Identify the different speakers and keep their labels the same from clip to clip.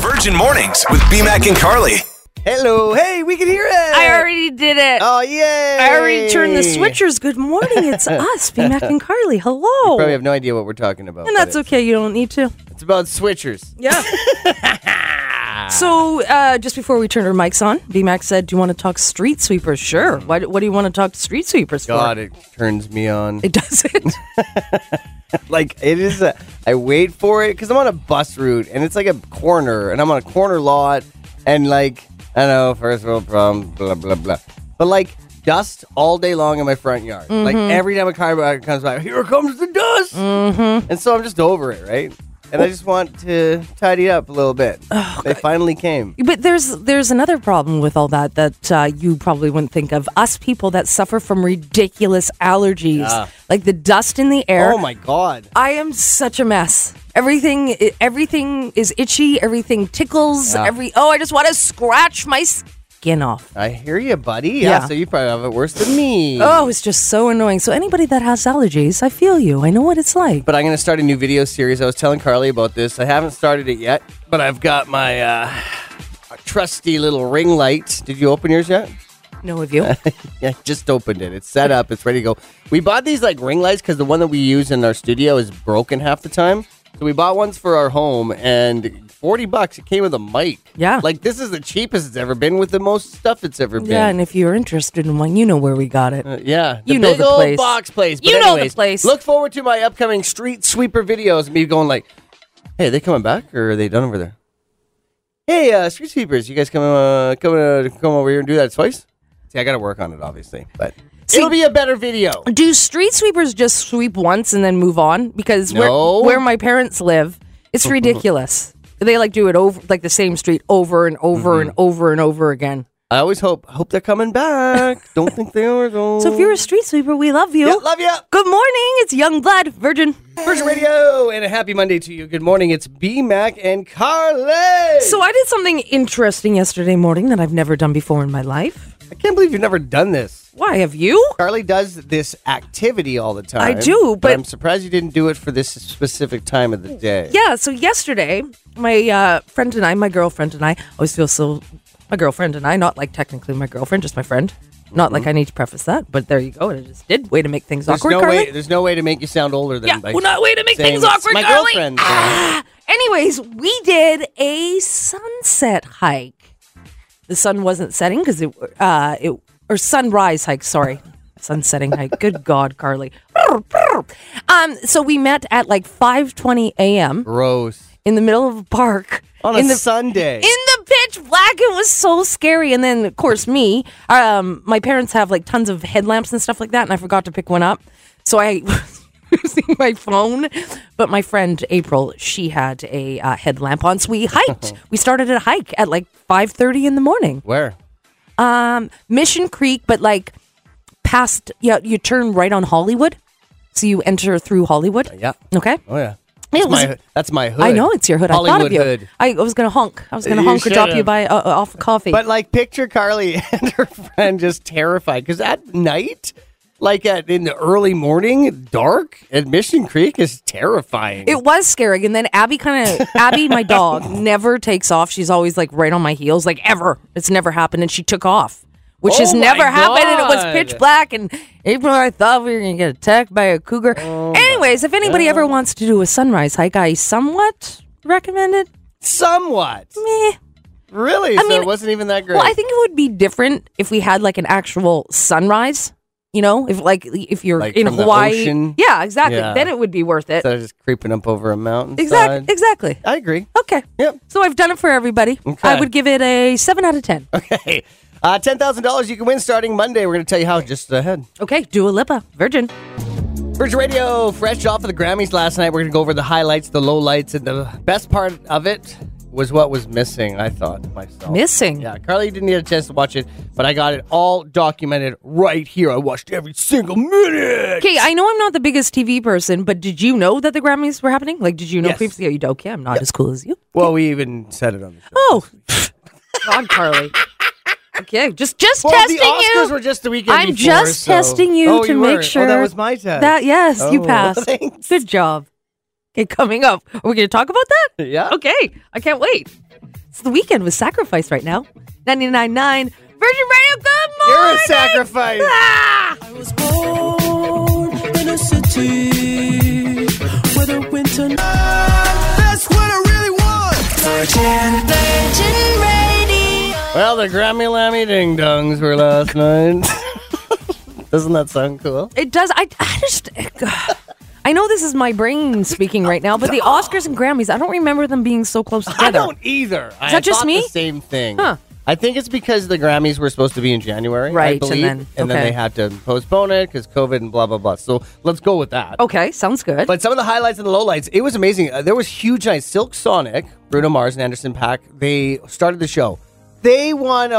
Speaker 1: Virgin Mornings with BMAC and Carly.
Speaker 2: Hello, hey, we can hear it.
Speaker 3: I already did it.
Speaker 2: Oh yay!
Speaker 3: I already turned the switchers. Good morning. It's us, BMAC and Carly. Hello.
Speaker 2: Probably have no idea what we're talking about.
Speaker 3: and
Speaker 2: but
Speaker 3: that's
Speaker 2: it's,
Speaker 3: okay. You don't need to.
Speaker 2: it's about switchers.
Speaker 3: Yeah. so uh, just before we turned our mics on, BMAC said, Do you want to talk street sweepers? Sure. Why, do- what do you want to talk street sweepers
Speaker 2: God,
Speaker 3: for?
Speaker 2: it turns me on.
Speaker 3: It doesn't.
Speaker 2: like it is. A, I wait for it because I'm on a bus route and it's like a corner, and I'm on a corner lot, and like I know first world problem, blah blah blah. But like dust all day long in my front yard. Like
Speaker 3: Mm-hmm.
Speaker 2: every time a car by- comes by, here comes the dust.
Speaker 3: Mm-hmm.
Speaker 2: And so I'm just over it, right? And I just want to tidy up a little bit. they finally came.
Speaker 3: But there's there's another problem with all that that uh, you probably wouldn't think of. Us people that suffer from ridiculous allergies,
Speaker 2: Yeah.
Speaker 3: like the dust in the air.
Speaker 2: Oh my god.
Speaker 3: I am such a mess. Everything, everything is itchy. Everything tickles.
Speaker 2: Yeah.
Speaker 3: Every oh, I just want to scratch my skin off.
Speaker 2: I hear you, buddy. Yeah,
Speaker 3: Yeah.
Speaker 2: so you probably have it worse than me.
Speaker 3: Oh, it's just so annoying. So anybody that has allergies, I feel you. I know what it's like.
Speaker 2: But I'm going to start a new video series. I was telling Carly about this. I haven't started it yet, but I've got my uh, trusty little ring light. Did you open yours yet?
Speaker 3: No of you.
Speaker 2: Yeah, I just opened it. It's set up. It's ready to go. We bought these like ring lights because the one that we use in our studio is broken half the time. So we bought ones for our home, and forty bucks. It came with a mic.
Speaker 3: Yeah.
Speaker 2: like this is the cheapest it's ever been with the most stuff it's ever been.
Speaker 3: yeah, and if you're interested in one, you know where we got it.
Speaker 2: Uh, Yeah,
Speaker 3: You know
Speaker 2: big
Speaker 3: the
Speaker 2: old
Speaker 3: place.
Speaker 2: box place. But
Speaker 3: You know the
Speaker 2: anyways,
Speaker 3: place.
Speaker 2: Look forward to my upcoming street sweeper videos. Me going like, "Hey, are they coming back or are they done over there?" Hey, uh, street sweepers, you guys come uh, come uh, come over here and do that twice. See, I got to work on it, obviously, but it'll be a better video.
Speaker 3: Do street sweepers just sweep once and then move on? Because
Speaker 2: No.
Speaker 3: where, where my parents live, it's ridiculous. they like do it over like the same street over and over
Speaker 2: Mm-hmm.
Speaker 3: and over and over again.
Speaker 2: I always hope hope they're coming back. Don't think they are though.
Speaker 3: So if you're a street sweeper, we love you.
Speaker 2: yeah, love you.
Speaker 3: Good morning. It's Young Blood Virgin.
Speaker 2: Virgin Radio and a happy Monday to you. Good morning. It's B Mac and Carly.
Speaker 3: So I did something interesting yesterday morning that I've never done before in my life.
Speaker 2: I can't believe you've never done this.
Speaker 3: Why have you?
Speaker 2: Carly does this activity all the time.
Speaker 3: I do, but-
Speaker 2: I'm surprised you didn't do it for this specific time of the day.
Speaker 3: Yeah. So yesterday, my uh, friend and I, my girlfriend and I, I always feel so. My girlfriend and I, not like technically my girlfriend, just my friend. Not like I need to preface that, but there you go. And I just did. Way to make things
Speaker 2: There's
Speaker 3: awkward,
Speaker 2: no
Speaker 3: Carly.
Speaker 2: way. There's no way to make you sound older than.
Speaker 3: Yeah,
Speaker 2: by
Speaker 3: well, not way to make
Speaker 2: saying
Speaker 3: things
Speaker 2: it's
Speaker 3: awkward, Ah.
Speaker 2: My
Speaker 3: Carly.
Speaker 2: girlfriend.
Speaker 3: Anyways, we did a sunset hike. The sun wasn't setting because it, uh, it or sunrise hike. Sorry, sunsetting hike. Good God, Carly. Um, so we met at like five twenty a.m.
Speaker 2: Gross.
Speaker 3: in the middle of a park
Speaker 2: On
Speaker 3: in
Speaker 2: a
Speaker 3: the
Speaker 2: Sunday.
Speaker 3: in the pitch black. It was so scary. And then, of course, me, um, my parents have like tons of headlamps and stuff like that, and I forgot to pick one up. So I was using my phone. But my friend April, she had a uh, headlamp on, so we hiked. we started a hike at like five thirty in the morning,
Speaker 2: Where?
Speaker 3: Mission Creek, but like past. Yeah, you turn right on Hollywood, so you enter through Hollywood.
Speaker 2: Yeah.
Speaker 3: Okay.
Speaker 2: Oh yeah.
Speaker 3: It
Speaker 2: That's my,
Speaker 3: was-
Speaker 2: hood- that's my hood.
Speaker 3: I know it's your hood. I thought
Speaker 2: Hollywood
Speaker 3: of you.
Speaker 2: hood.
Speaker 3: I, I was gonna honk. I was gonna
Speaker 2: You
Speaker 3: honk or drop you
Speaker 2: should've.
Speaker 3: by uh, uh, off a coffee.
Speaker 2: But like, picture Carly and her friend just terrified because at night, like at in the early morning, dark at Mission Creek is terrifying.
Speaker 3: It was scary. And then Abby kind of, Abby, my dog, never takes off. She's always like right on my heels, like ever. It's never happened. And she took off, which has
Speaker 2: Oh my
Speaker 3: never happened. And it was
Speaker 2: God.
Speaker 3: pitch black. And April, I thought we were going to get attacked by a cougar.
Speaker 2: Oh
Speaker 3: Anyways, if anybody ever wants to do a sunrise hike, I somewhat recommend it.
Speaker 2: somewhat.
Speaker 3: Meh.
Speaker 2: Really?
Speaker 3: I
Speaker 2: so
Speaker 3: mean-
Speaker 2: it wasn't even that great.
Speaker 3: Well, I think it would be different if we had like an actual sunrise. You know, if like if you're
Speaker 2: Like
Speaker 3: in
Speaker 2: from the
Speaker 3: Hawaii,
Speaker 2: ocean?
Speaker 3: yeah, exactly.
Speaker 2: Yeah.
Speaker 3: Then it would be worth it.
Speaker 2: instead of just creeping up over a mountain.
Speaker 3: Exactly. Exactly.
Speaker 2: I agree.
Speaker 3: Okay.
Speaker 2: Yep.
Speaker 3: So I've done it for everybody. I
Speaker 2: Okay.
Speaker 3: would give it a seven out of ten. Okay,
Speaker 2: Okay. Uh, $10,000 you can win starting Monday. We're going to tell you how just ahead.
Speaker 3: Dua Lipa, Virgin.
Speaker 2: Virgin Radio, fresh off of the Grammys last night. We're going to go over the highlights, the lowlights, and the best part of it was what was missing, I thought myself.
Speaker 3: Missing.
Speaker 2: Yeah, Carly didn't get a chance to watch it, but I got it all documented right here. I watched every single minute.
Speaker 3: Okay, I know I'm not the biggest TV person, but did you know that the Grammys were happening? Like, did you know
Speaker 2: Yes.
Speaker 3: previously? Yeah, you okay, I'm not as cool as you.
Speaker 2: Well, we even said it on the show.
Speaker 3: Oh, God, Carly. Okay, just just
Speaker 2: Well,
Speaker 3: testing
Speaker 2: the Oscars
Speaker 3: you.
Speaker 2: were just the weekend
Speaker 3: I'm
Speaker 2: before,
Speaker 3: just
Speaker 2: so-
Speaker 3: testing you
Speaker 2: Oh,
Speaker 3: to
Speaker 2: were.
Speaker 3: make sure
Speaker 2: Oh, that was my test.
Speaker 3: That yes, you
Speaker 2: Oh,
Speaker 3: passed.
Speaker 2: thanks.
Speaker 3: Good job. Okay, coming up, are we going to talk about that?
Speaker 2: Yeah.
Speaker 3: Okay, I can't wait. It's the weekend with sacrifice right now. 99.9 Virgin Radio, good
Speaker 2: You're
Speaker 3: morning!
Speaker 2: a sacrifice.
Speaker 3: Ah!
Speaker 4: was born in a city where the winter. That's what I really want. Virgin, Virgin Radio.
Speaker 2: Well, the Grammy Lammy Ding Dongs were last night. Doesn't that sound cool?
Speaker 3: It does. I, I just. I know this is my brain speaking right now, but the Oscars and Grammys, I don't remember them being so close together.
Speaker 2: I don't either. Is
Speaker 3: that just me?
Speaker 2: The same thing.
Speaker 3: Huh.
Speaker 2: I think it's because the Grammys were supposed to be in January, I
Speaker 3: Right, and
Speaker 2: believe,
Speaker 3: then- okay.
Speaker 2: they had to postpone it because COVID and blah blah blah. So let's go with that.
Speaker 3: Okay, sounds good.
Speaker 2: But some of the highlights and the lowlights, it was amazing. Uh, there was huge nights. Silk Sonic, Bruno Mars, and Anderson Pack. They started the show. They won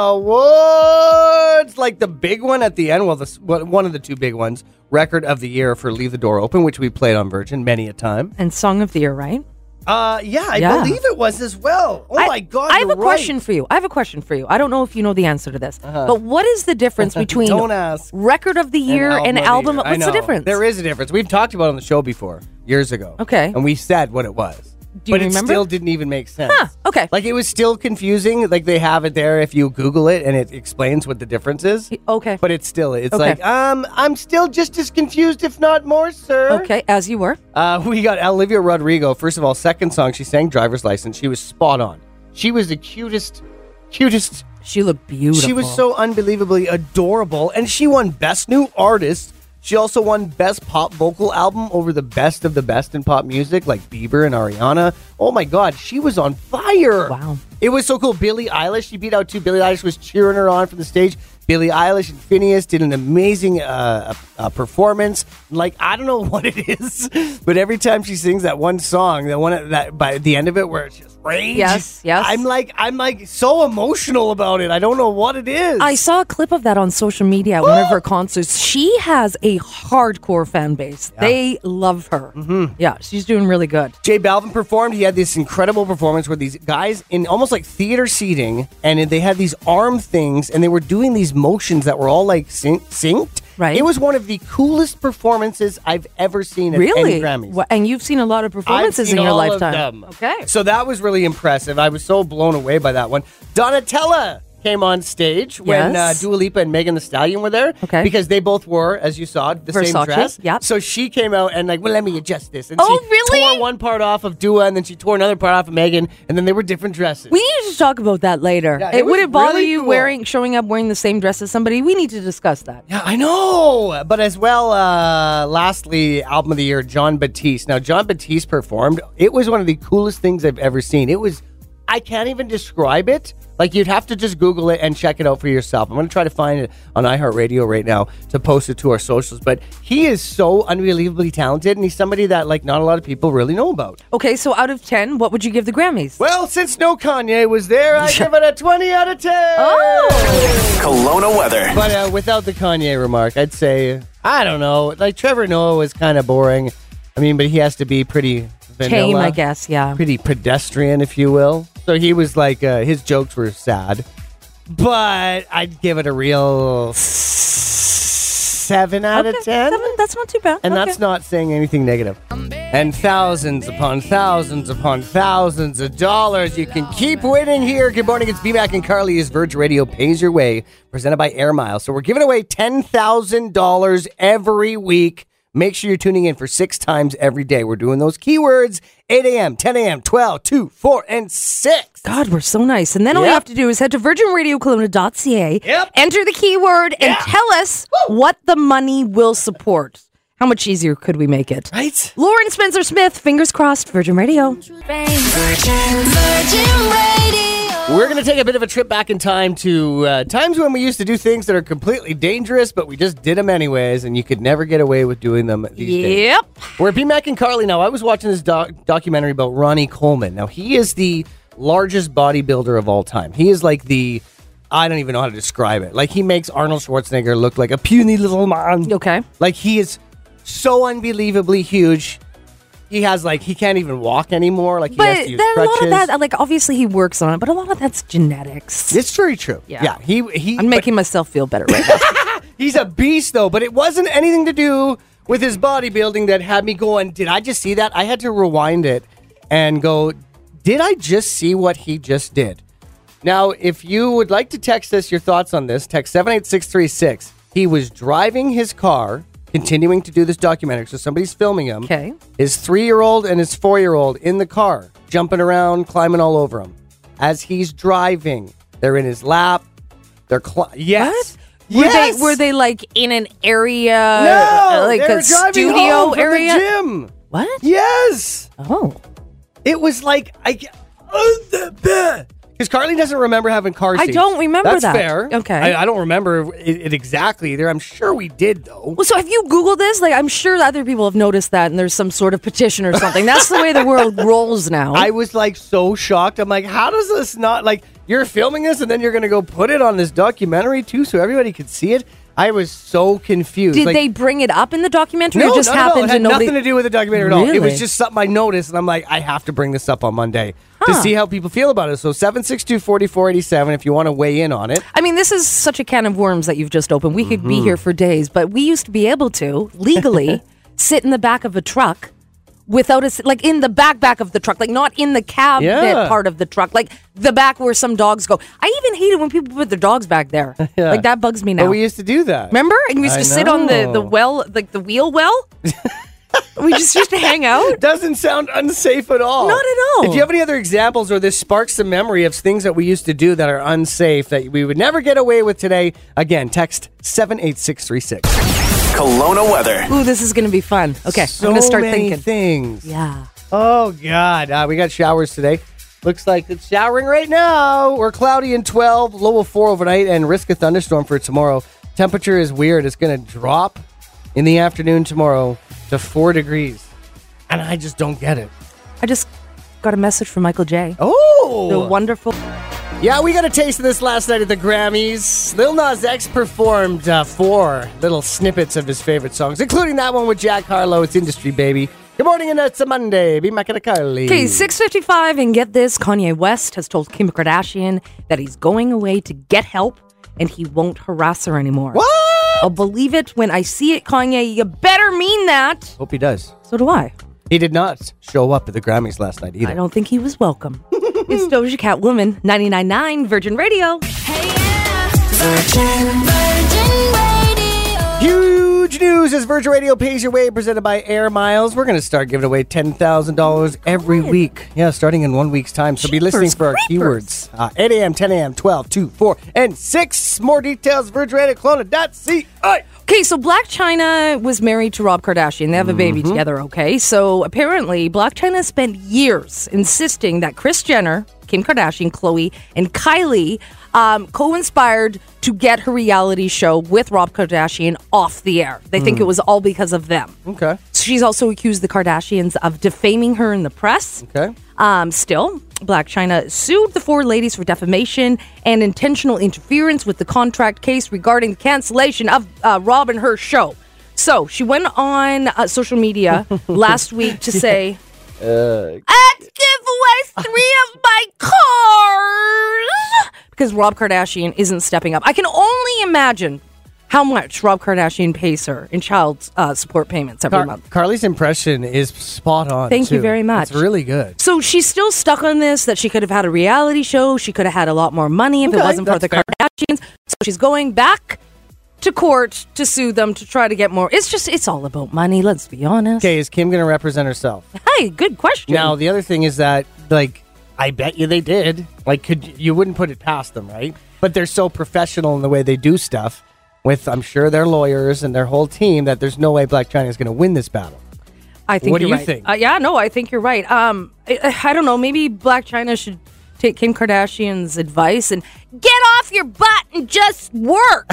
Speaker 2: awards, like the big one at the end. Well, this one one of the two big ones, record of the year for "Leave the Door Open," which we played on Virgin many a time.
Speaker 3: and Song of the Year, right?
Speaker 2: Uh, yeah, I
Speaker 3: Yeah.
Speaker 2: believe it was as well. Oh
Speaker 3: I-
Speaker 2: my god!
Speaker 3: I have
Speaker 2: you're
Speaker 3: a question
Speaker 2: right. Uh-huh.
Speaker 3: for you. I have a question for you. I don't know if you know the answer to this, but what is the difference between
Speaker 2: Don't ask.
Speaker 3: record of the year and album?
Speaker 2: of the year. I
Speaker 3: What's the
Speaker 2: know.
Speaker 3: difference?
Speaker 2: There is a difference. We've talked about it on the show before years ago.
Speaker 3: Okay.
Speaker 2: and we said what it was.
Speaker 3: Do you
Speaker 2: but
Speaker 3: remember?
Speaker 2: it still didn't even make sense.
Speaker 3: Huh, okay.
Speaker 2: Like it was still confusing. Like they have it there if you Google it and it explains what the difference is.
Speaker 3: okay.
Speaker 2: But it's still it's
Speaker 3: Okay.
Speaker 2: like um I'm still just as confused if not more, sir.
Speaker 3: okay, as you were.
Speaker 2: Uh, we got Olivia Rodrigo. First of all, second song she sang "Driver's License." She was spot on. She was the cutest, cutest
Speaker 3: She looked beautiful.
Speaker 2: she was so unbelievably adorable, and she won Best New Artist. She also won Best Pop Vocal Album over the best of the best in pop music, like Bieber and Ariana. Oh my God, she was on fire!
Speaker 3: Wow.
Speaker 2: It was so cool. Billie Eilish, she beat out two. Billie Eilish was cheering her on from the stage. Billie Eilish and Phineas did an amazing uh, uh, performance. Like I don't know what it is, but every time she sings that one song, that one that by the end of it where it's just rage.
Speaker 3: Yes, yes.
Speaker 2: I'm like I'm like so emotional about it. I don't know what it is.
Speaker 3: I saw a clip of that on social media at one of her concerts. She has a hardcore fan base. They love her.
Speaker 2: Mm-hmm.
Speaker 3: Yeah, she's doing really good.
Speaker 2: Jay Balvin performed. He had this incredible performance where these guys in almost like theater seating, and they had these arm things, and they were doing these motions that were all like syn- synced.
Speaker 3: Right.
Speaker 2: It was one of the coolest performances I've ever seen at
Speaker 3: Really?
Speaker 2: any Grammys.
Speaker 3: Wha- And you've seen a lot of performances
Speaker 2: I've seen
Speaker 3: in your
Speaker 2: all of
Speaker 3: lifetime.
Speaker 2: them.
Speaker 3: Okay.
Speaker 2: So that was really impressive. I was so blown away by that one. Donatella came on stage when uh,
Speaker 3: Yes.
Speaker 2: Dua Lipa and Megan the Stallion were there.
Speaker 3: Okay.
Speaker 2: Because they both wore, as you saw, the
Speaker 3: Versace,
Speaker 2: same dress.
Speaker 3: yep.
Speaker 2: So she came out and like, well, let me adjust this. And
Speaker 3: Oh,
Speaker 2: she
Speaker 3: really?
Speaker 2: tore one part off of Dua and then she tore another part off of Megan and then they were different dresses.
Speaker 3: We need to talk about that later.
Speaker 2: Yeah,
Speaker 3: it,
Speaker 2: it was
Speaker 3: wouldn't bother
Speaker 2: really
Speaker 3: you
Speaker 2: cool.
Speaker 3: wearing showing up wearing the same dress as somebody. We need to discuss that.
Speaker 2: Yeah, I know. But as well, uh, lastly, album of the year, John Batiste. Now, John Batiste performed. It was one of the coolest things I've ever seen. It was, I can't even describe it. Like, you'd have to just Google it and check it out for yourself. I'm going to try to find it on iHeartRadio right now to post it to our socials. But he is so unbelievably talented, and he's somebody that, like, not a lot of people really know about.
Speaker 3: Okay, so out of 10, what would you give the Grammys?
Speaker 2: Well, since no Kanye was there, I give it a 20 out of 10.
Speaker 3: Oh!
Speaker 1: Kelowna weather.
Speaker 2: But uh, without the Kanye remark, I'd say I don't know. Like Trevor Noah was kind of boring. I mean, but he has to be pretty vanilla,
Speaker 3: Tame, I guess, yeah.
Speaker 2: pretty pedestrian, if you will. So he was like, uh, his jokes were sad. But I'd give it a real s- seven out
Speaker 3: Okay,
Speaker 2: of ten,
Speaker 3: seven, that's not too bad.
Speaker 2: and
Speaker 3: Okay.
Speaker 2: that's not saying anything negative. And thousands upon thousands upon thousands of dollars. You can keep winning here. Good morning. It's BMAC and Carly. Is Verge Radio Pays Your Way, presented by Air Miles. So we're giving away $10,000 every week. Make sure you're tuning in for six times every day. We're doing those keywords 8 a.m., 10 a.m., 12, 2, 4, and 6.
Speaker 3: God, we're so nice. And then all you
Speaker 2: Yep.
Speaker 3: have to do is head to virginradiocolona.ca,
Speaker 2: Yep.
Speaker 3: enter the keyword, and tell us what the money will support. How much easier could we make it?
Speaker 2: Right?
Speaker 3: Lauren Spencer Smith, fingers crossed, Virgin Radio.
Speaker 4: Virgin, Virgin Radio.
Speaker 2: We're going to take a bit of a trip back in time to uh, times when we used to do things that are completely dangerous, but we just did them anyways, and you could never get away with doing them these days.
Speaker 3: Yep.
Speaker 2: We're at Mac and Carly now. I was watching this doc- documentary about Ronnie Coleman. Now, he is the largest bodybuilder of all time. He is like the, I don't even know how to describe it. Like, he makes Arnold Schwarzenegger look like a puny little man.
Speaker 3: Okay.
Speaker 2: Like, he is so unbelievably huge. He has, like, he can't even walk anymore. Like, he
Speaker 3: But
Speaker 2: has to
Speaker 3: then
Speaker 2: use
Speaker 3: a lot of
Speaker 2: crutches.
Speaker 3: that, like, obviously he works on it, but a lot of that's genetics.
Speaker 2: it's very true.
Speaker 3: Yeah.
Speaker 2: yeah he, he,
Speaker 3: I'm
Speaker 2: but-
Speaker 3: making myself feel better right now.
Speaker 2: He's a beast, though, but it wasn't anything to do with his bodybuilding that had me going, Did I just see that? I had to rewind it and go, Did I just see what he just did? Now, if you would like to text us your thoughts on this, text 78636. He was driving his car, continuing to do this documentary. So somebody's filming him.
Speaker 3: Okay.
Speaker 2: His three year old and his four year old in the car, jumping around, climbing all over him. As he's driving, they're in his lap. They're cli- yes.
Speaker 3: Were
Speaker 2: Yes!
Speaker 3: they were they like in an area
Speaker 2: no,
Speaker 3: uh, like
Speaker 2: they were
Speaker 3: a
Speaker 2: driving
Speaker 3: studio
Speaker 2: home from
Speaker 3: area?
Speaker 2: The gym.
Speaker 3: What?
Speaker 2: Yes.
Speaker 3: Oh.
Speaker 2: It was like I because Carly doesn't remember having car
Speaker 3: I
Speaker 2: seats.
Speaker 3: don't remember
Speaker 2: That's
Speaker 3: that.
Speaker 2: fair.
Speaker 3: Okay.
Speaker 2: I, I don't remember it, it exactly either. I'm sure we did though.
Speaker 3: Well, so have you Googled this? Like, I'm sure other people have noticed that, and there's some sort of petition or something. That's the way the world rolls now.
Speaker 2: I was like so shocked. I'm like, how does this not like you're filming this and then you're gonna go put it on this documentary too, so everybody could see it. I was so confused.
Speaker 3: Did
Speaker 2: Like,
Speaker 3: they bring it up in the documentary?
Speaker 2: no,
Speaker 3: or just
Speaker 2: no, no, no.
Speaker 3: happened
Speaker 2: It had
Speaker 3: to know
Speaker 2: nothing
Speaker 3: the-
Speaker 2: to do with the documentary at all. It
Speaker 3: Really?
Speaker 2: was just something I noticed, and I'm like, I have to bring this up on Monday to
Speaker 3: Huh.
Speaker 2: see how people feel about it. So seven six two forty four eighty seven. If you want to weigh in on it,
Speaker 3: I mean, this is such a can of worms that you've just opened. We could be
Speaker 2: Mm-hmm.
Speaker 3: here for days, but we used to be able to legally sit in the back of a truck without us, like in the back back of the truck, like not in the cab
Speaker 2: Yeah.
Speaker 3: part of the truck, like the back where some dogs go. I even hate it when people put their dogs back there.
Speaker 2: Yeah.
Speaker 3: Like that bugs me now.
Speaker 2: but we used to do that.
Speaker 3: Remember? And we used
Speaker 2: I
Speaker 3: to sit on the, the
Speaker 2: know.
Speaker 3: well, like the wheel well. we just used to hang out.
Speaker 2: Doesn't sound unsafe at all.
Speaker 3: Not at all.
Speaker 2: If you have any other examples or this sparks the memory of things that we used to do that are unsafe that we would never get away with today, again, text 78636.
Speaker 1: Kelowna weather.
Speaker 3: Ooh, this is going to be fun. Okay,
Speaker 2: so
Speaker 3: I'm going to start
Speaker 2: many
Speaker 3: thinking.
Speaker 2: things.
Speaker 3: yeah.
Speaker 2: Oh, God. Uh, we got showers today. Looks like it's showering right now. We're cloudy and 12, low of 4 overnight, and risk a thunderstorm for tomorrow. Temperature is weird. It's going to drop in the afternoon tomorrow to 4 degrees. And I just don't get it.
Speaker 3: I just got a message from Michael J.
Speaker 2: Oh!
Speaker 3: The wonderful.
Speaker 2: Yeah, we got a taste of this last night at the Grammys. Lil Nas X performed uh, four little snippets of his favorite songs, including that one with Jack Harlow. It's Industry Baby. Good morning, and it's a Monday. Be Mac and Carly.
Speaker 3: Okay, 655, and get this Kanye West has told Kim Kardashian that he's going away to get help and he won't harass her anymore.
Speaker 2: What?
Speaker 3: I'll believe it when I see it, Kanye. You better mean that.
Speaker 2: Hope he does.
Speaker 3: So do I.
Speaker 2: He did not show up at the Grammys last night either.
Speaker 3: I don't think he was welcome. it's Doja Cat Woman, 99.9 Virgin Radio.
Speaker 4: Virgin, Virgin Radio.
Speaker 2: Huge news as Virgin Radio pays your way, presented by Air Miles. We're going to start giving away $10,000 every week. Yeah, starting in one week's time. So be listening for our
Speaker 3: creepers.
Speaker 2: keywords uh, 8 a.m., 10 a.m., 12, 2, 4, and 6. More details, virginradioclona.ca.
Speaker 3: Okay, so Black China was married to Rob Kardashian. They have a baby together, okay? So apparently, Black China spent years insisting that Kris Jenner, Kim Kardashian, Chloe, and Kylie um, co inspired to get her reality show with Rob Kardashian off the air. They think it was all because of them.
Speaker 2: Okay.
Speaker 3: She's also accused the Kardashians of defaming her in the press.
Speaker 2: Okay.
Speaker 3: Um, still, Black China sued the four ladies for defamation and intentional interference with the contract case regarding the cancellation of uh, Rob and her show. So she went on uh, social media last week to say, "I'd give away three of my cars because Rob Kardashian isn't stepping up." I can only imagine how much Rob Kardashian pays her in child uh, support payments every
Speaker 2: Car-
Speaker 3: month.
Speaker 2: Carly's impression is spot on.
Speaker 3: Thank you
Speaker 2: too.
Speaker 3: very much.
Speaker 2: It's really good.
Speaker 3: So she's still stuck on this that she could have had a reality show. She could have had a lot more money if it
Speaker 2: Okay,
Speaker 3: wasn't for
Speaker 2: that's
Speaker 3: the
Speaker 2: fair.
Speaker 3: Kardashians. So she's going back to court to sue them to try to get more. It's just, it's all about money, let's be honest.
Speaker 2: Okay, is Kim going to represent herself?
Speaker 3: Hey, good question.
Speaker 2: Now, the other thing is that, like, I bet you they did. Like, could you wouldn't put it past them, right? But they're so professional in the way they do stuff. With, I'm sure their lawyers and their whole team, that there's no way Black China is going to win this battle.
Speaker 3: I think
Speaker 2: what do
Speaker 3: you're
Speaker 2: you
Speaker 3: right.
Speaker 2: think?
Speaker 3: Uh, yeah, no, I think you're right. Um, I, I don't know. Maybe Black China should take Kim Kardashian's advice and get off your butt and just work.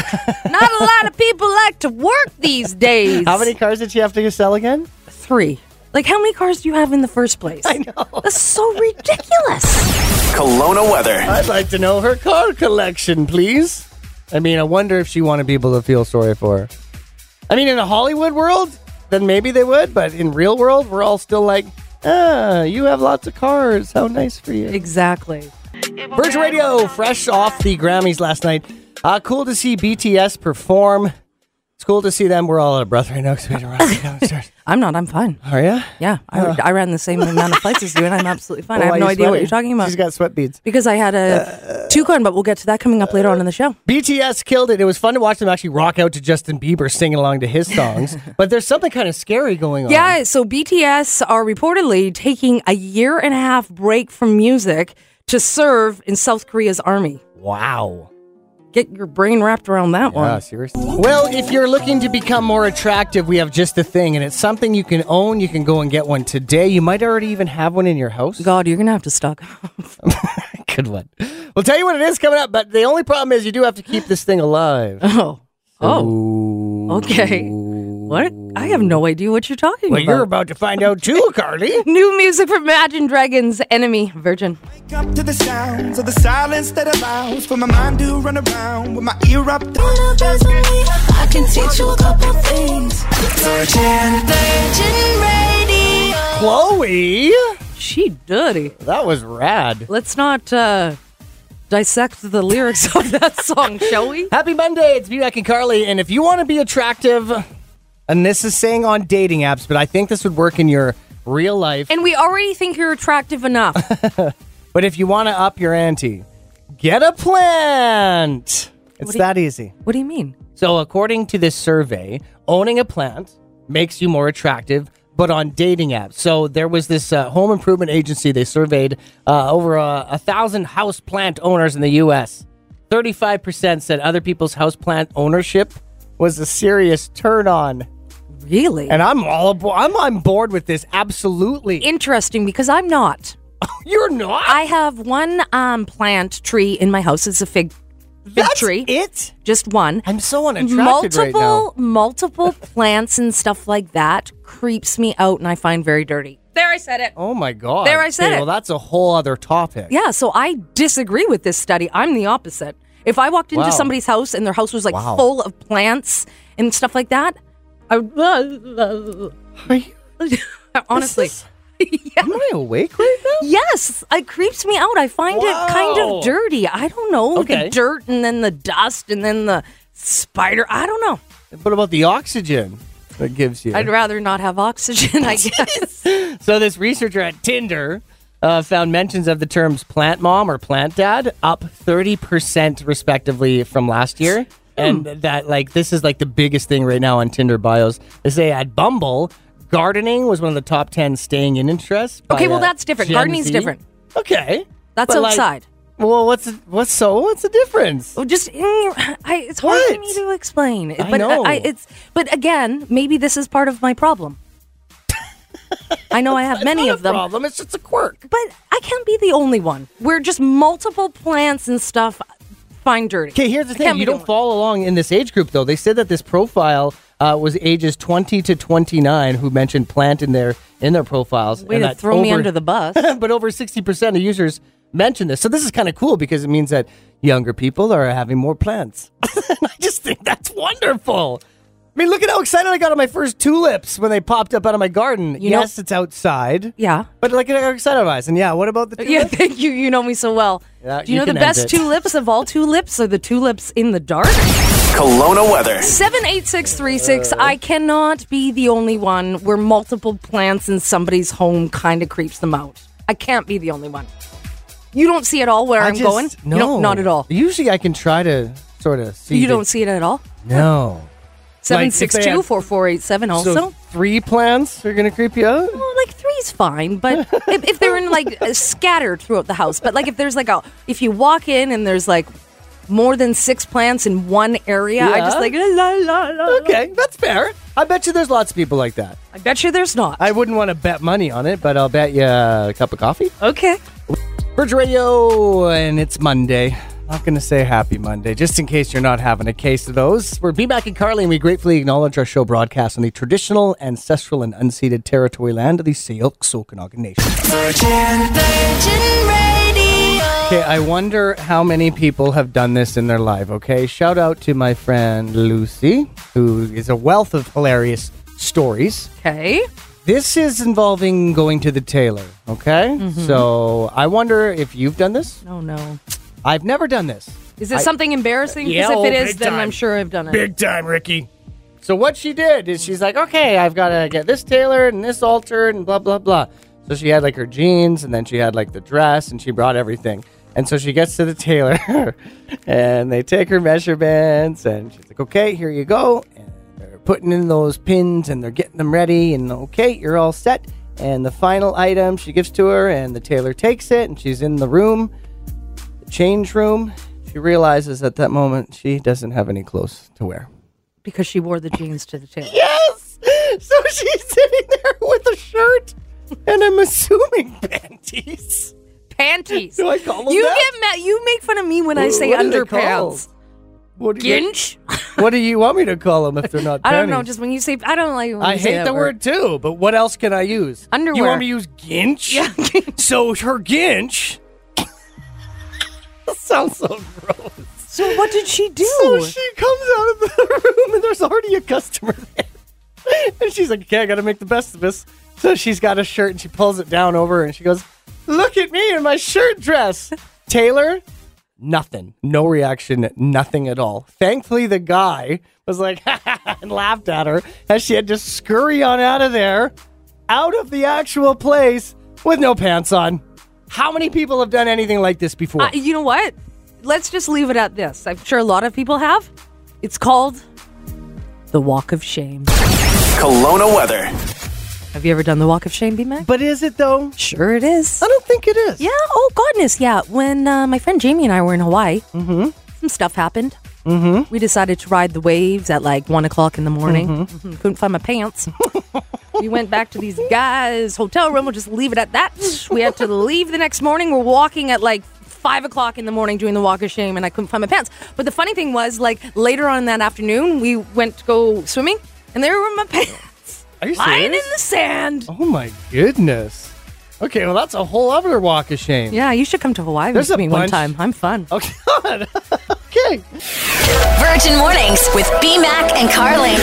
Speaker 3: Not a lot of people like to work these days.
Speaker 2: How many cars did she have to sell again?
Speaker 3: three. Like, how many cars do you have in the first place? I know. That's so ridiculous.
Speaker 1: Kelowna weather.
Speaker 2: I'd like to know her car collection, please. I mean, I wonder if she wanted people to feel sorry for her. I mean, in a Hollywood world, then maybe they would, but in real world, we're all still like, ah, you have lots of cars. How nice for you.
Speaker 3: exactly.
Speaker 2: Virgin Radio, fresh off the Grammys last night. Uh, cool to see BTS perform. It's cool to see them. We're all out of breath right now because we had to run downstairs.
Speaker 3: I'm not. I'm fine.
Speaker 2: Are you?
Speaker 3: Yeah, I, I
Speaker 2: Oh,
Speaker 3: ran the same amount of flights as you, and I'm absolutely fine. I have no idea what you're talking about
Speaker 2: She's got sweat beads.
Speaker 3: because I had a Tucon, but we'll get to that coming up later on in the show.
Speaker 2: BTS killed it. It was fun to watch them actually rock out to Justin Bieber singing along to his songs. but there's something kind of scary going on.
Speaker 3: Yeah, so BTS are reportedly taking a year and a half break from music to serve in South Korea's army.
Speaker 2: Wow. Uh,
Speaker 3: Get your brain wrapped around
Speaker 5: Ah,
Speaker 3: that one.
Speaker 5: seriously.
Speaker 2: Well, if you're looking to become more attractive, we have just the thing, and it's something you can own. You can go and get one today. You might already even have one in your house.
Speaker 3: God, you're gonna have to stock.
Speaker 2: Good one. We'll tell you what it is coming up, but the only problem is you do have to keep this thing alive.
Speaker 3: oh, oh,
Speaker 2: Ooh.
Speaker 3: okay. What? I have no idea what you're talking
Speaker 2: Well,
Speaker 3: about.
Speaker 2: you're about to find out too, Carly.
Speaker 3: New music from Imagine Dragons, Enemy, Virgin.
Speaker 4: Wake up to the sounds of the silence that allows for my mind to run around with my ear up.
Speaker 6: One of those with me, I can teach you a couple things.
Speaker 4: Virgin,
Speaker 6: Virgin Radio.
Speaker 2: Chloe.
Speaker 3: She dirty.
Speaker 2: That was rad.
Speaker 3: Let's not uh, dissect the lyrics of that song, shall we?
Speaker 2: Happy Monday. It's Beck and Carly. And if you want to be attractive, and this is saying on dating apps, but I think this would work in your real life.
Speaker 3: And we already think you're attractive enough.
Speaker 2: But if you want to up your ante, get a plant. It's
Speaker 3: do you-
Speaker 2: that easy.
Speaker 3: what do you mean?
Speaker 2: So, according to this survey, owning a plant makes you more attractive, but on dating apps. So, there was this uh, home improvement agency. They surveyed uh, over a, a thousand house plant owners in the U.S. Thirty-five percent said other people's house plant ownership was a serious turn on,
Speaker 3: Really?
Speaker 2: and I'm all abo- I'm on board with this. Absolutely,
Speaker 3: Interesting because I'm not.
Speaker 2: you're not.
Speaker 3: I have one um, plant tree in my house. It's a fig, fig
Speaker 2: That's
Speaker 3: tree.
Speaker 2: it.
Speaker 3: Just one.
Speaker 2: I'm so unattracted right now.
Speaker 3: multiple multiple plants and stuff like that creeps me out and I find very dirty. There I said it.
Speaker 2: Oh my god!
Speaker 3: There I said
Speaker 2: Okay,
Speaker 3: it.
Speaker 2: Well, that's a whole other topic.
Speaker 3: Yeah, so I disagree with this study. I'm the opposite. If I walked into
Speaker 2: Wow.
Speaker 3: somebody's house and their house was like
Speaker 2: Wow.
Speaker 3: full of plants and stuff like that, I would uh, honestly.
Speaker 2: Am I awake right now?
Speaker 3: Yes, it creeps me out. I find it kind
Speaker 2: Wow.
Speaker 3: of dirty. I don't know
Speaker 2: Okay.
Speaker 3: the dirt and then the dust and then the spider. I don't know.
Speaker 2: What about the oxygen that gives you?
Speaker 3: I'd rather not have oxygen. I guess.
Speaker 2: so this researcher at Tinder uh, found mentions of the terms plant mom or plant dad up 30% respectively from last year. And that like this is like the biggest thing right now on Tinder bios. They say at Bumble, gardening was one of the top 10 staying in interests. by,
Speaker 3: Okay, well,
Speaker 2: uh,
Speaker 3: that's different.
Speaker 2: Gen
Speaker 3: Gardening's
Speaker 2: Z.
Speaker 3: different.
Speaker 2: Okay.
Speaker 3: That's
Speaker 2: But, like,
Speaker 3: outside.
Speaker 2: well, what's what's so what's the difference?
Speaker 3: Oh, just mm, I, it's hard for
Speaker 2: What?
Speaker 3: me to explain.
Speaker 2: I
Speaker 3: but uh,
Speaker 2: know.
Speaker 3: I, it's but again, maybe this is part of my problem. I know I have many
Speaker 2: Not
Speaker 3: of them,
Speaker 2: a problem. It's just a quirk.
Speaker 3: but I can't be the only one. We're just multiple plants and stuff find dirty.
Speaker 2: Okay, here's the
Speaker 3: I can't
Speaker 2: thing.
Speaker 3: be
Speaker 2: You
Speaker 3: the
Speaker 2: don't
Speaker 3: one.
Speaker 2: fall along in this age group, though. They said that this profile uh, was ages 20 to 29 who mentioned plant in their in their profiles.
Speaker 3: Way
Speaker 2: and
Speaker 3: to
Speaker 2: that
Speaker 3: throw me
Speaker 2: over-
Speaker 3: under the bus.
Speaker 2: but over 60% of users mentioned this. So this is kind of cool because it means that younger people are having more plants. I just think that's wonderful. I mean, look at how excited I got on my first tulips when they popped up out of my garden.
Speaker 3: You know-
Speaker 2: yes, it's outside.
Speaker 3: yeah.
Speaker 2: But look at how excited I was. And yeah, what about the tulips?
Speaker 3: Yeah, thank you. You know me so well.
Speaker 2: Yeah,
Speaker 3: Do you,
Speaker 2: you
Speaker 3: know the
Speaker 2: can end
Speaker 3: best
Speaker 2: it.
Speaker 3: tulips of all tulips are the tulips in the dark?
Speaker 1: Kelowna weather.
Speaker 3: 78636. I cannot be the only one where multiple plants in somebody's home kind of creeps them out. I can't be the only one. You don't see at all where
Speaker 2: I
Speaker 3: am
Speaker 2: just-
Speaker 3: going?
Speaker 2: No,
Speaker 3: You don't- not at all.
Speaker 2: Usually I can try to sort of see.
Speaker 3: You
Speaker 2: the-
Speaker 3: don't see it at all?
Speaker 2: No. Like, if they had-
Speaker 3: 762 4487 also.
Speaker 2: So Oh, three plants are gonna creep you out.
Speaker 3: Well, like three's fine, but if, if they're in like uh, scattered throughout the house, but like if there's like a if you walk in and there's like more than six plants in one area, I just
Speaker 2: Yeah.
Speaker 3: like la, la, la, la.
Speaker 2: Okay, that's fair. I bet you there's lots of people like that.
Speaker 3: I bet you there's not.
Speaker 2: I wouldn't want to bet money on it, but I'll bet you a cup of coffee.
Speaker 3: okay,
Speaker 2: Bridge Radio, and it's Monday. Not going to say happy Monday, just in case you're not having a case of those. We're B-Back and Carly, and we gratefully acknowledge our show broadcast on the traditional, ancestral, and unceded territory land of the Sealk Sokonagan Nation.
Speaker 6: Virgin Radio.
Speaker 2: Okay, I wonder how many people have done this in their life, okay? Shout out to my friend Lucy, who is a wealth of hilarious stories.
Speaker 3: okay.
Speaker 2: This is involving going to the tailor, okay? So I wonder if you've done this.
Speaker 3: Oh no,
Speaker 2: I've never done this.
Speaker 3: is it something embarrassing? Because
Speaker 2: Yeah, oh,
Speaker 3: if it is,
Speaker 2: big
Speaker 3: then
Speaker 2: time.
Speaker 3: I'm sure I've done it.
Speaker 2: time, Ricky. So what she did is she's like, okay, I've got to get this tailored and this altered and blah blah blah. So she had like her jeans and then she had like the dress and she brought everything. And so she gets to the tailor and they take her measurements and she's like, okay, here you go. And they're putting in those pins and they're getting them ready and okay, you're all set. And the final item she gives to her and the tailor takes it and she's in the room, the change room. She realizes at that moment she doesn't have any clothes to wear.
Speaker 3: because she wore the jeans to the tailor.
Speaker 2: Yes! So she's sitting there with a shirt and I'm assuming panties.
Speaker 3: Panties.
Speaker 2: Do I call them
Speaker 3: you
Speaker 2: that?
Speaker 3: get mad. You make fun of me when I
Speaker 2: Wh-
Speaker 3: say
Speaker 2: what are they
Speaker 3: underpants.
Speaker 2: called? What do, you,
Speaker 3: Ginch.
Speaker 2: what do you want me to call them if they're not
Speaker 3: I don't know.
Speaker 2: panties?
Speaker 3: Just when you say, I don't like. When
Speaker 2: I
Speaker 3: you say
Speaker 2: hate
Speaker 3: that
Speaker 2: the word too, but what else can I use? You
Speaker 3: Underwear.
Speaker 2: want me to use ginch?
Speaker 3: Yeah.
Speaker 2: so her ginch sounds so gross.
Speaker 3: So what did she do?
Speaker 2: So she comes out of the room and there's already a customer there. And she's like, okay, I gotta make the best of this. So she's got a shirt and she pulls it down over her and she goes, Look at me in my shirt dress. Taylor, nothing. No reaction, nothing at all. Thankfully, the guy was like, and laughed at her as she had to scurry on out of there, out of the actual place with no pants on. How many people have done anything like this before?
Speaker 3: Uh, you know what? Let's just leave it at this. I'm sure a lot of people have. It's called the walk of shame.
Speaker 1: Kelowna weather.
Speaker 3: Have you ever done the walk of shame, B Mac?
Speaker 2: but is it though?
Speaker 3: Sure, it is.
Speaker 2: I don't think it is.
Speaker 3: Yeah. Oh, goodness. Yeah. When uh, my friend Jamie and I were in Hawaii,
Speaker 2: Mm-hmm.
Speaker 3: some stuff happened. Mm-hmm. We decided to ride the waves at like one o'clock in the morning.
Speaker 2: Mm-hmm.
Speaker 3: Mhm. Couldn't find my pants. we went back to these guys' hotel room. We'll just leave it at that. We had to leave the next morning. We're walking at like five o'clock in the morning doing the walk of shame, and I couldn't find my pants. But the funny thing was, like later on that afternoon, we went to go swimming, and there were my pants
Speaker 2: Are you
Speaker 3: lying in
Speaker 2: serious?
Speaker 3: the sand.
Speaker 2: Oh my goodness. Okay, well that's a whole other walk of shame.
Speaker 3: Yeah, you should come to Hawaii
Speaker 2: There's a
Speaker 3: with me one
Speaker 2: bunch-
Speaker 3: time. I'm fun.
Speaker 2: Oh god. okay.
Speaker 6: Virgin Mornings with B-Mac and Carly.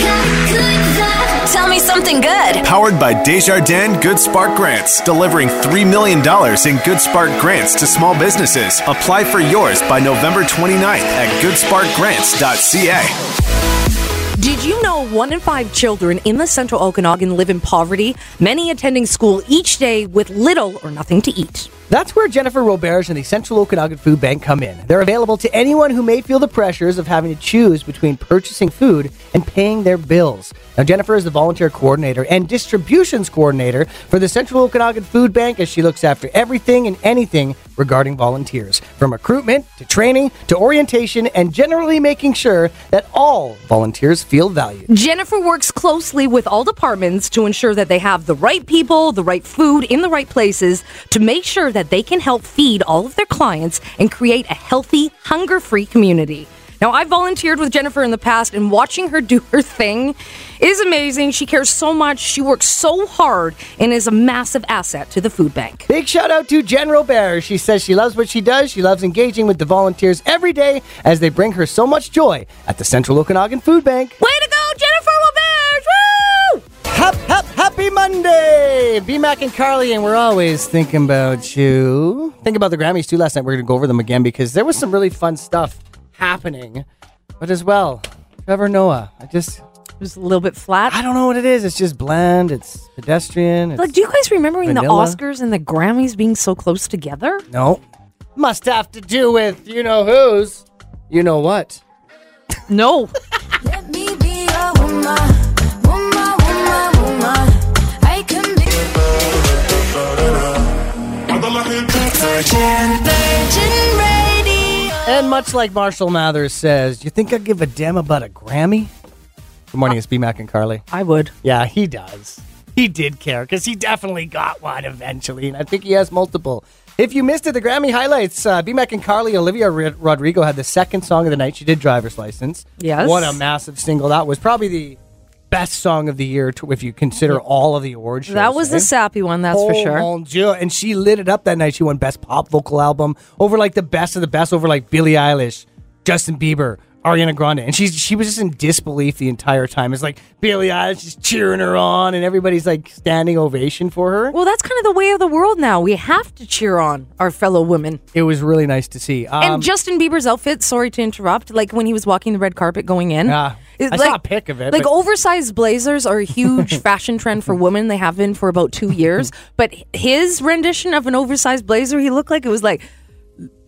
Speaker 6: Tell me something good.
Speaker 1: Powered by Desjardins Good Spark Grants, delivering $3 million in Good Spark Grants to small businesses. Apply for yours by November 29th at goodsparkgrants.ca.
Speaker 3: Did you know one in five children in the central Okanagan live in poverty, many attending school each day with little or nothing to eat?
Speaker 2: That's where Jennifer Roberge and the Central Okanagan Food Bank come in. They're available to anyone who may feel the pressures of having to choose between purchasing food and paying their bills. Now, Jennifer is the volunteer coordinator and distributions coordinator for the Central Okanagan Food Bank as she looks after everything and anything regarding volunteers, from recruitment to training to orientation and generally making sure that all volunteers feel valued.
Speaker 3: Jennifer works closely with all departments to ensure that they have the right people, the right food in the right places to make sure that they can help feed all of their clients and create a healthy, hunger free community. Now, I volunteered with Jennifer in the past, and watching her do her thing is amazing. She cares so much, she works so hard, and is a massive asset to the food bank.
Speaker 2: Big shout out to Jen Robert. She says she loves what she does. She loves engaging with the volunteers every day as they bring her so much joy at the Central Okanagan Food Bank.
Speaker 3: Way to go, Jennifer Roberge! Woo!
Speaker 2: Hap, hap, happy Monday! B Mac and Carly, and we're always thinking about you. Think about the Grammys too last night. We're going to go over them again because there was some really fun stuff happening. But as well, Trevor Noah. I just,
Speaker 3: It was a little bit flat.
Speaker 2: I don't know what it is. It's just bland, it's pedestrian. It's,
Speaker 3: Like, do you guys remember when the
Speaker 2: Vanilla.
Speaker 3: Oscars and the Grammys being so close together?
Speaker 2: no. Must have to do with you know who's, you know what.
Speaker 3: No.
Speaker 6: Let me be a woman, woman, woman, woman. I can be Virgin Radio.
Speaker 2: And much like Marshall Mathers says, do you think I give a damn about a Grammy? Good morning, it's B Mac and Carly.
Speaker 3: I would.
Speaker 2: Yeah, he does. He did care because he definitely got one eventually, and I think he has multiple. If you missed it, the Grammy highlights: uh, B Mac and Carly, Olivia Ri- Rodrigo had the second song of the night. She did "Driver's License."
Speaker 3: Yes.
Speaker 2: what a massive single that was! Probably the best song of the year to, if you consider all of the awards. shows,
Speaker 3: That was
Speaker 2: eh?
Speaker 3: the sappy one, that's for
Speaker 2: Oh,
Speaker 3: sure.
Speaker 2: mon Dieu. And she lit it up that night. She won Best Pop Vocal Album over like the best of the best, over like Billie Eilish, Justin Bieber, Ariana Grande. And she's, she was just in disbelief the entire time. It's like Billie Eilish is cheering her on and everybody's like standing ovation for her.
Speaker 3: Well, that's kind of the way of the world now. We have to cheer on our fellow women.
Speaker 2: It was really nice to see. Um,
Speaker 3: and Justin Bieber's outfit, sorry to interrupt, like when he was walking the red carpet going in.
Speaker 2: Yeah.
Speaker 3: It's
Speaker 2: I saw a pic of it,
Speaker 3: Like
Speaker 2: but-
Speaker 3: oversized blazers are a huge fashion trend for women. They have been for about two years. But his rendition of an oversized blazer, he looked like it was like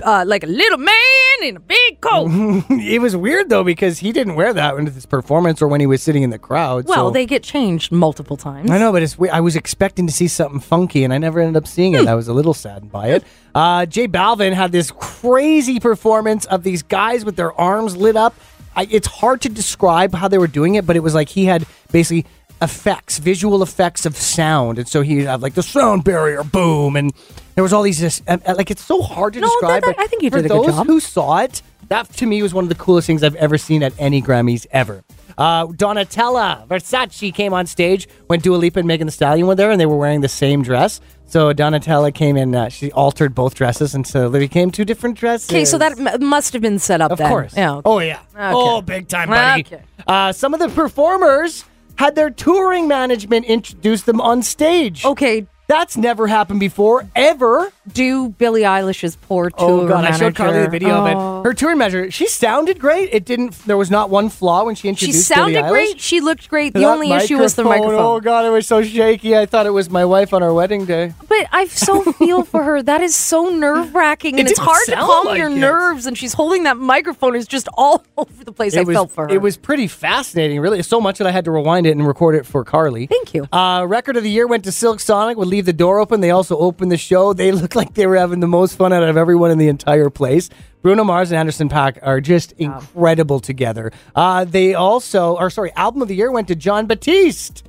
Speaker 3: uh, like a little man in a big coat.
Speaker 2: it was weird though because he didn't wear that in his performance or when he was sitting in the crowd.
Speaker 3: well,
Speaker 2: so-
Speaker 3: they get changed multiple times.
Speaker 2: I know, but it's. we- I was expecting to see something funky, and I never ended up seeing
Speaker 3: Hmm.
Speaker 2: it. I was a little saddened by it. Uh, Jay Balvin had this crazy performance of these guys with their arms lit up. I, it's hard to describe how they were doing it, but it was like he had basically effects, visual effects of sound, and so he'd have like the sound barrier boom, and there was all these. Just, and- and, like it's so hard to
Speaker 3: No,
Speaker 2: describe.
Speaker 3: that-
Speaker 2: but
Speaker 3: I think you
Speaker 2: for
Speaker 3: did a good
Speaker 2: those
Speaker 3: job.
Speaker 2: who saw it, that to me was one of the coolest things I've ever seen at any Grammys ever. Uh, Donatella Versace came on stage when Dua Lipa and Megan Thee Stallion were there, and they were wearing the same dress. So Donatella came in; uh, she altered both dresses, and so they became two different dresses.
Speaker 3: Okay, so that m- must have been set up
Speaker 2: of
Speaker 3: then.
Speaker 2: course.
Speaker 3: Yeah. okay.
Speaker 2: Oh yeah. Oh, big time, buddy.
Speaker 3: Okay.
Speaker 2: Uh, some of the performers had their touring management introduce them on stage.
Speaker 3: Okay,
Speaker 2: That's never happened before, ever.
Speaker 3: do Billie Eilish's poor tour
Speaker 2: Oh god, I showed Carly
Speaker 3: manager.
Speaker 2: the video
Speaker 3: Oh.
Speaker 2: of it. Her touring measure, she sounded great. It didn't. There was not one flaw when she
Speaker 3: She
Speaker 2: introduced. Billie
Speaker 3: sounded
Speaker 2: Eilish.
Speaker 3: great. She looked great. The
Speaker 2: That
Speaker 3: only issue was the
Speaker 2: Oh
Speaker 3: microphone.
Speaker 2: god, it was so shaky. I thought it was my wife on our wedding day.
Speaker 3: But I so feel for her. That is so nerve wracking, and
Speaker 2: It
Speaker 3: it's
Speaker 2: didn't
Speaker 3: hard to
Speaker 2: sound
Speaker 3: calm
Speaker 2: like
Speaker 3: your
Speaker 2: it.
Speaker 3: nerves. And she's holding that microphone. It's just all over the place. I
Speaker 2: it was,
Speaker 3: felt for her.
Speaker 2: It was pretty fascinating, really. So much that I had to rewind it and record it for Carly.
Speaker 3: Thank you.
Speaker 2: Uh, record of the year went to Silk Sonic. Would leave the door open. They also opened the show. They looked like they were having the most fun out of everyone in the entire place. Bruno Mars and Anderson Paak are just incredible together. Uh, they also, or sorry, album of the year went to John Batiste.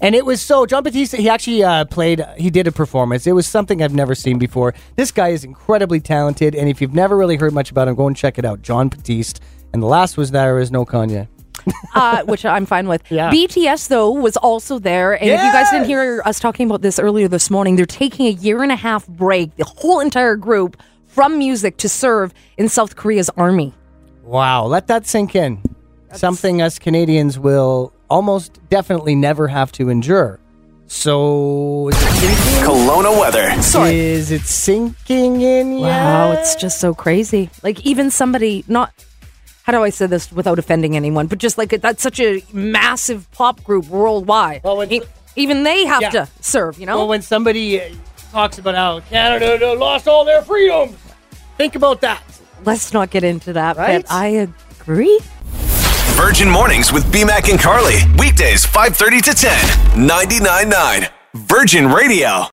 Speaker 2: And it was so John Batista. He actually uh, played. He did a performance. It was something I've never seen before. This guy is incredibly talented. And if you've never really heard much about him, go and check it out. John Batiste. And the last was there is no Kanye.
Speaker 3: uh, which I'm fine with.
Speaker 2: Yeah.
Speaker 3: BTS though was also there, and if you guys didn't hear us talking about this earlier this morning, they're taking a year and a half break, the whole entire group from music to serve in South Korea's army.
Speaker 2: Wow, let that sink in. Something us Canadians will almost definitely never have to endure. So is it,
Speaker 1: Kelowna weather.
Speaker 2: is it sinking in yet?
Speaker 3: Wow, Oh, it's just so crazy. Like even somebody not how do I say this without offending anyone, but just like that's such a massive pop group worldwide.
Speaker 2: Well, it's-
Speaker 3: E- even they have
Speaker 2: Yeah.
Speaker 3: to serve, you know?
Speaker 2: Well, when somebody uh, talks about how Canada lost all their freedoms, think about that.
Speaker 3: Let's not get into that,
Speaker 2: Right?
Speaker 3: but I agree.
Speaker 1: Virgin Mornings with BMAC and Carly. Weekdays 5:30 to 10. 99.9 Virgin Radio.